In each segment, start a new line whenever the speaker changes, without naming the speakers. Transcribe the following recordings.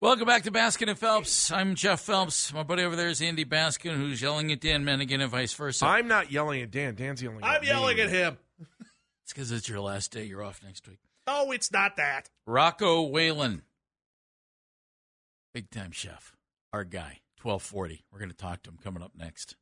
Welcome back to Baskin and Phelps. I'm Jeff Phelps. My buddy over there is Andy Baskin, who's yelling at Dan Menigan and vice versa.
I'm not yelling at Dan. Dan's yelling at
I'm
me.
yelling at him.
It's because it's your last day. You're off next week.
No, it's not that.
Rocco Whalen, big time chef, our guy, 1240. We're going to talk to him coming up next.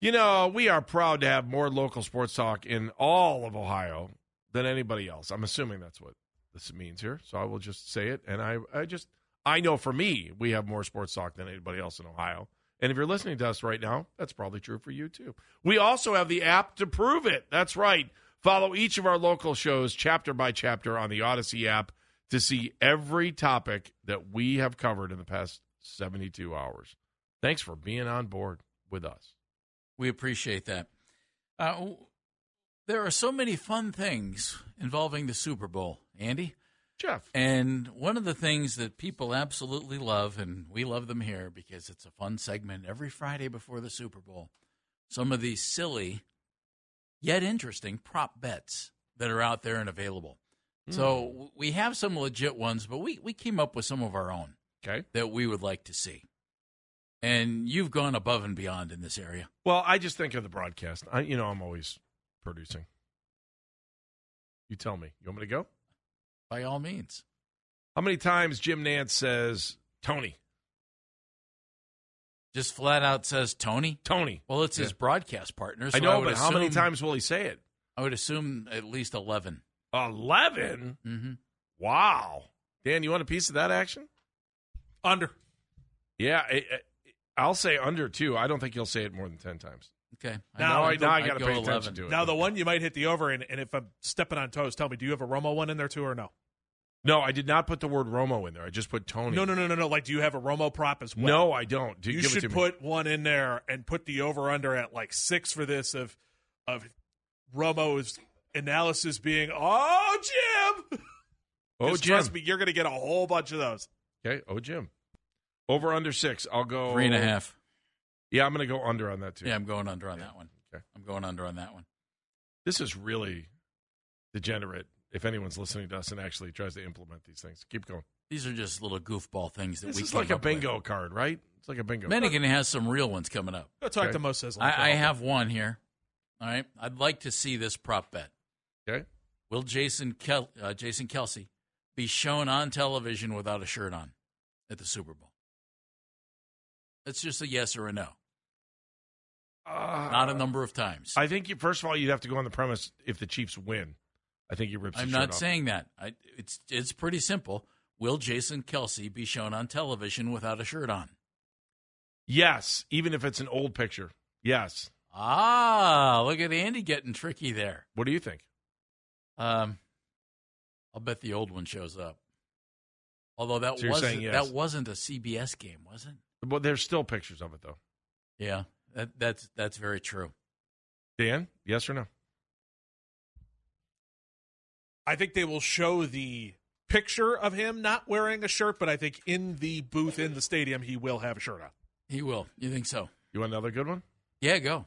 You know, we are proud to have more local sports talk in all of Ohio than anybody else. I'm assuming that's what this means here. So I will just say it. And I, I just, I know for me, we have more sports talk than anybody else in Ohio. And if you're listening to us right now, that's probably true for you too. We also have the app to prove it. That's right. Follow each of our local shows chapter by chapter on the Odyssey app to see every topic that we have covered in the past 72 hours. Thanks for being on board with us.
We appreciate that. Uh, w- there are so many fun things involving the Super Bowl, Andy.
Jeff.
And one of the things that people absolutely love, and we love them here because it's a fun segment every Friday before the Super Bowl, some of these silly yet interesting prop bets that are out there and available.
Hmm.
So w- we have some legit ones, but we, we came up with some of our own
Okay.
that we would like to see. And you've gone above and beyond in this area.
Well, I just think of the broadcast. I, you know, I'm always producing. You tell me. You want me to go?
By all means.
How many times Jim Nance says Tony,
Just flat out says Tony.
Tony?
Well, it's his broadcast partner. So
I know,
would
but how many
assume-
times will he say it?
I would assume at least 11.
Eleven.
Mm-hmm.
Wow. Dan, you want a piece of that action?
Under.
Yeah, I, I- I'll say under two. I don't think he'll say it more than ten times.
Okay.
Now
now
I-
I,
I'd go-
now I
I'd
got to
go
pay attention to it.
Now the one you might hit the over, and, and if I'm stepping on toes, tell me, do you have a Romo one in there too, or no?
No, I did not put the word Romo in there. I just put Tony.
No, no, no, no, no. Like, do you have a Romo prop as well?
No, I don't. Do,
You
give it to
should
me.
put one in there and put the over under at like six for this of of Romo's analysis being, oh Jim.
Oh,
'Cause
Jim.
Trust me, you're going to get a whole bunch of those.
Okay. Oh, Jim. Over under six. I'll go
Three and a half.
Yeah, I'm going to go under on that too.
Yeah, I'm going under on that one.
Okay.
I'm going under on that one.
This is really degenerate. If anyone's listening to us and actually tries to implement these things, keep going.
These are just little goofball things that
This
we
is
came
like a
up with.
bingo card, right? It's like a bingo. card.
Menigan has some real ones coming up.
Go talk
Okay.
to Mo Sizzle.
I, I have one here. All right. I'd like to see this prop bet.
Okay.
Will Jason Kel- uh, Jason Kelsey be shown on television without a shirt on at the Super Bowl? It's just a yes or a no.
Uh,
Not a number of times.
Ah. I think you, first of all, you'd have to go on the premise if the Chiefs win. I think he rips. his
I'm
shirt
not
off.
saying that. I, it's it's pretty simple. Will Jason Kelsey be shown on television without a shirt on?
yes, even if it's an old picture. Yes.
Ah, look at Andy getting tricky there.
What do you think?
Um, I'll bet the old one shows up. Although that
So you're
wasn't
saying yes.
that wasn't a CBS game, was it?
Well, there's still pictures of it though.
Yeah, that that's that's very true.
Dan, yes or no?
I think they will show the picture of him not wearing a shirt, but I think in the booth in the stadium he will have a shirt on.
He will. You think so?
You want another good one?
Yeah, go.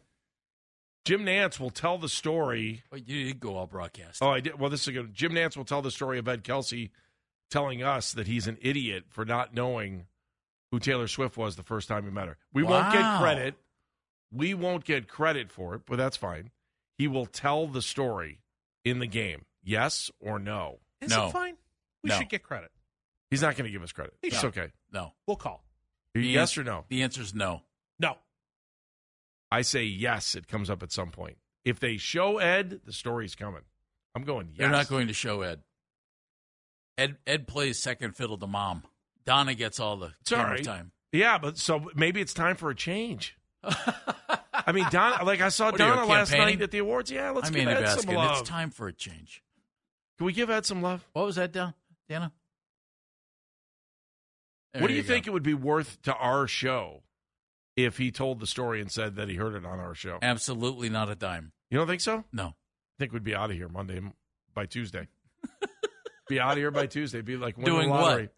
Jim Nance will tell the story
Oh, you did go all broadcast.
Oh, I did. Well, this is a good. Jim Nance will tell the story of Ed Kelsey telling us that he's an idiot for not knowing who Taylor Swift was the first time he met her. We won't get
Wow.
credit. We won't get credit for it, but that's fine. He will tell the story in the game. Yes or no?
Is
No.
it fine? We
No.
should get credit.
He's not going to give us credit.
He
It's
should.
okay.
No.
We'll call.
Yes or no?
The answer's no.
No.
I say yes. It comes up at some point. If they show Ed, the story's coming. I'm going yes.
They're not going to show Ed. Ed Ed plays second fiddle to mom. Donna gets all the
It's all
camera
right.
time.
Yeah, but so maybe it's time for a change. I mean, Donna. Like I saw
What are you,
Donna last
campaigning?
night at the awards. Yeah, let's
I
give
mean,
Ed
Baskin,
some love.
it's time for a change.
Can we give Ed some love?
What was that, Don? Dana? There
what do you,
go.
think it would be worth to our show if he told the story and said that he heard it on our show?
Absolutely not a dime.
You don't think so? I
No.
think we'd be out of here Monday m- by Tuesday. be out of here by Tuesday. Be like winning
Doing
the
what?
lottery.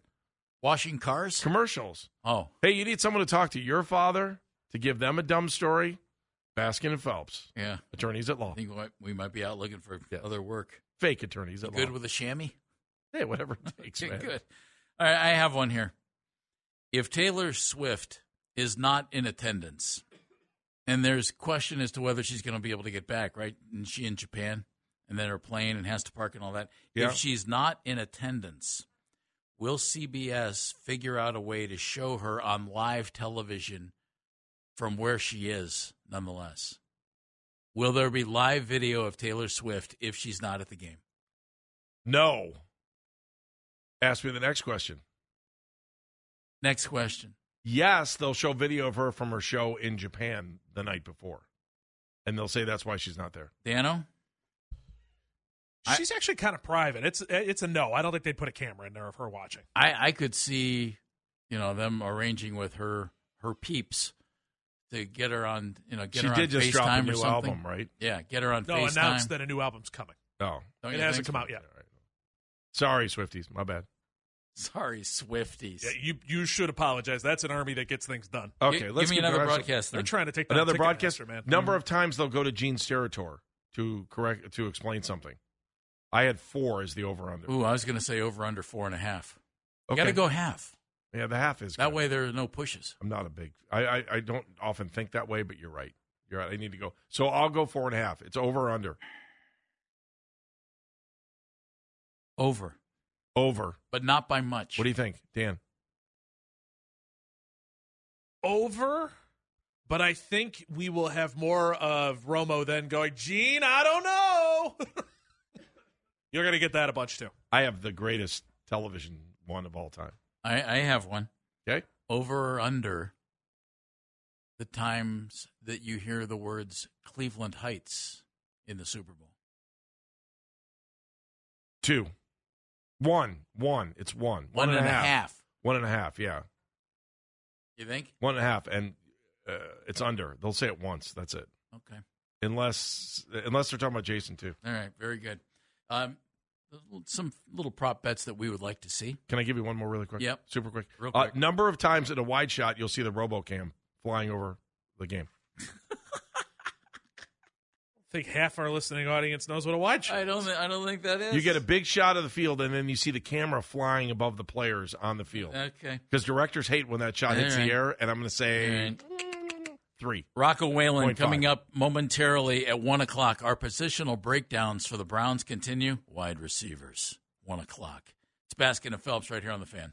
Washing cars?
Commercials.
Oh,
Hey, you need someone to talk to your father to give them a dumb story. Baskin and Phelps,
yeah.
attorneys at
I
law,
think we might- we might be out looking for
Yes.
other work.
fake attorneys at
Good
law.
with a chamois?
hey, whatever it takes,
Okay,
man.
good. All right, I have one here. If Taylor Swift is not in attendance, and there's question as to whether she's going to be able to get back, right? And she in Japan, and then her plane and has to park and all that.
Yeah.
If she's not in attendance, will CBS figure out a way to show her on live television from where she is, nonetheless? Will there be live video of Taylor Swift if she's not at the game?
No. Ask me the next question.
Next question.
Yes, they'll show video of her from her show in Japan the night before, and they'll say that's why she's not there.
Dano? I-
She's actually kind of private. It's it's a no. I don't think they'd put a camera in there of her watching.
I, I could see, you know, them arranging with her her peeps to get her on, you know, get
she
her
did
on
just
FaceTime
drop a new
or something.
album, right?
Yeah, get her on
No,
FaceTime.
announced that a new album's coming.
Oh,
Don't
it
you
hasn't
think?
come out yet.
sorry, Swifties, my bad.
Sorry, Swifties.
Yeah, you you should apologize. That's an army that gets things done.
Okay,
Gi- give
let's
me
get
another
the rest of-
broadcast.
They're
Then.
trying to take down
Another
Ticketmaster,
broadcaster,
man.
Mm-hmm.
Number of times they'll go to Gene Steratore to correct to explain something. I had four as the over under.
Ooh, I was going to say over under four and a half. You Got to go half.
Yeah, the half is
That
good.
way there are no pushes.
I'm not a big. I, I I don't often think that way, but you're right. You're right. I need to go. So I'll go four and a half. It's over or under.
Over,
Over.
but not by much.
What do you think, Dan?
Mm-hmm. over, but I think we will have more of Romo then going, Gene, I don't know. You're going to get that a bunch too.
I have the greatest television one of all time.
I, I have one.
Okay.
Over or under the times that you hear the words Cleveland Heights in the Super Bowl.
Two. One. One. It's one.
One and a half.
One and a half. Yeah.
You think?
One and a half. And uh, it's under. They'll say it once. That's it.
Okay.
Unless unless they're talking about Jason too.
All right, very good. Um, some little prop bets that we would like to see.
Can I give you one more really quick?
Yep.
Super quick.
Real quick.
Uh, number of times in a wide shot you'll see the RoboCam flying over the game.
I think half our listening audience knows what a wide shot
I don't.
is.
thi- I don't think that is.
You get a big shot of the field, and then you see the camera flying above the players on the field.
okay.
Because directors hate when that shot hits
All right.
the air, and I'm going to say
All right.
three.
Rocco Whalen
Point
coming
five.
up momentarily at one o'clock. Our positional breakdowns for the Browns continue. Wide receivers, one o'clock. It's Baskin and Phelps right here on the fan.